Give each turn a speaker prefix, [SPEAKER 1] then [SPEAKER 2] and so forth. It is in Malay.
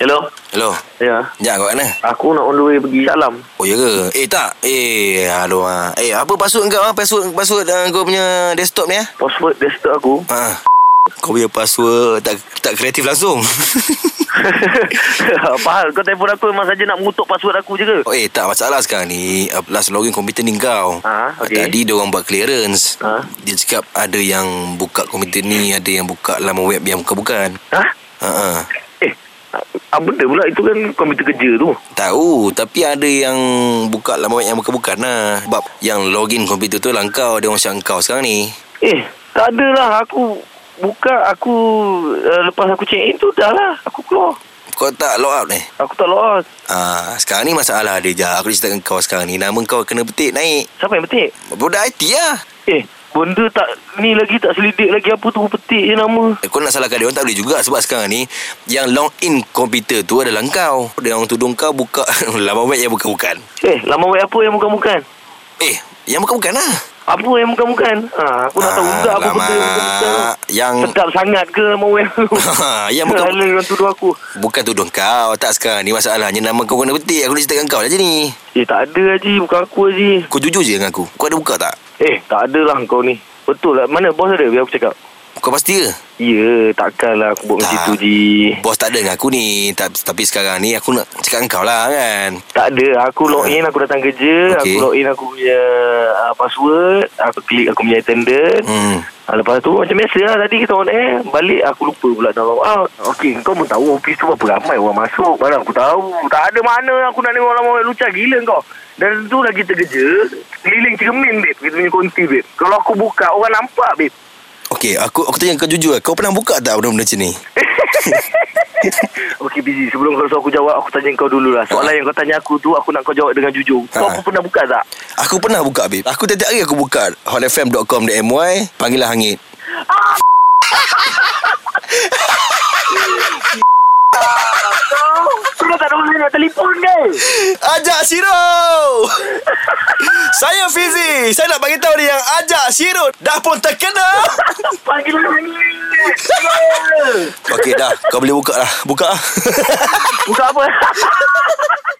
[SPEAKER 1] Hello?
[SPEAKER 2] Hello.
[SPEAKER 1] Ya.
[SPEAKER 2] Sekejap kau kat mana?
[SPEAKER 1] Aku nak on the way pergi Salam.
[SPEAKER 2] Oh ya ke? Eh tak. Eh aduh ah. Eh apa password kau ah? Password password uh, kau punya desktop ni ah?
[SPEAKER 1] Password desktop aku.
[SPEAKER 2] Ha. Kau punya password tak tak kreatif langsung.
[SPEAKER 1] Apa hal? Kau telefon aku memang saja nak mengutuk password aku je ke?
[SPEAKER 2] oh, eh tak masalah sekarang ni. Uh, Last login komputer ni kau.
[SPEAKER 1] Ha, okey.
[SPEAKER 2] Tadi dia orang buat clearance.
[SPEAKER 1] Ha?
[SPEAKER 2] Dia cakap ada yang buka komputer ni, ada yang buka laman web yang bukan-bukan.
[SPEAKER 1] Ha?
[SPEAKER 2] Ha ah.
[SPEAKER 1] Eh, apa benda pula itu kan komputer kerja tu?
[SPEAKER 2] Tahu Tapi ada yang Buka laman web yang bukan-bukan lah Sebab yang login komputer tu lah kau Dia orang syak kau sekarang ni
[SPEAKER 1] Eh, tak adalah aku buka aku uh, lepas aku check in tu dah lah aku keluar.
[SPEAKER 2] Kau tak log out ni
[SPEAKER 1] Aku tak lost.
[SPEAKER 2] Ah, sekarang ni masalah dia je Aku cerita dengan kau sekarang ni Nama kau kena petik naik
[SPEAKER 1] Siapa yang petik?
[SPEAKER 2] Budak IT lah
[SPEAKER 1] Eh, benda tak ni lagi tak selidik lagi apa tu petik je nama.
[SPEAKER 2] Eh, Kau nak salahkan dia orang tak boleh juga Sebab sekarang ni Yang log in komputer tu adalah kau Dia orang tudung kau buka Laman web yang bukan-bukan
[SPEAKER 1] Eh, lama web apa yang bukan-bukan?
[SPEAKER 2] Eh yang bukan-bukan lah
[SPEAKER 1] Apa yang bukan-bukan? Ha, aku nak tahu juga apa
[SPEAKER 2] Alamak.
[SPEAKER 1] benda yang bukan-bukan.
[SPEAKER 2] Yang-
[SPEAKER 1] sedap sangat ke lama web tu?
[SPEAKER 2] Hmm. Yang bukan-
[SPEAKER 1] Alah, orang tuduh aku.
[SPEAKER 2] Bukan tudung kau Tak sekarang ni masalahnya Nama kau kena petik Aku nak cerita dengan kau lah je ni
[SPEAKER 1] Eh, tak ada Haji, bukan aku Haji.
[SPEAKER 2] Kau jujur je dengan aku Kau ada buka tak?
[SPEAKER 1] Eh, tak adalah kau ni. Betul lah. Mana bos ada biar aku cakap?
[SPEAKER 2] Kau pasti ke?
[SPEAKER 1] Ya, takkanlah aku buat macam tu,
[SPEAKER 2] Tak.
[SPEAKER 1] Ji.
[SPEAKER 2] Bos tak ada dengan aku ni Ta- Tapi sekarang ni aku nak cakap dengan kau lah kan
[SPEAKER 1] Tak ada. Aku log in, aku datang kerja.
[SPEAKER 2] Okey.
[SPEAKER 1] Aku log in aku punya uh, password. Aku klik aku punya attendant.
[SPEAKER 2] Hmm
[SPEAKER 1] Ha, lepas tu macam biasa lah Tadi kita on air Balik aku lupa pula nak log out Okey kau pun tahu Office tu berapa ramai orang masuk Mana aku tahu Tak ada mana aku nak tengok lama orang lucah Gila kau Dan tu lagi kita kerja Keliling cermin babe Kita punya konti babe Kalau aku buka orang nampak babe
[SPEAKER 2] Okay aku aku tanya kau jujur Kau pernah buka tak benda-benda macam ni?
[SPEAKER 1] Okey busy Sebelum kau suruh aku jawab Aku tanya kau dulu lah Soalan yang kau tanya aku tu Aku nak kau jawab dengan jujur Kau
[SPEAKER 2] Ha.
[SPEAKER 1] aku pernah buka tak?
[SPEAKER 2] Aku pernah buka babe Aku tiap-tiap hari aku buka hotfm.com.my Panggilan lah hangit
[SPEAKER 1] Kau tak ada orang nak telefon ke?
[SPEAKER 2] Ajak Siro Saya Fizi Saya nak bagi tahu dia yang Ajak Siro Dah pun terkena
[SPEAKER 1] Panggil orang ni
[SPEAKER 2] Okay dah Kau boleh buka lah Buka lah
[SPEAKER 1] Buka apa?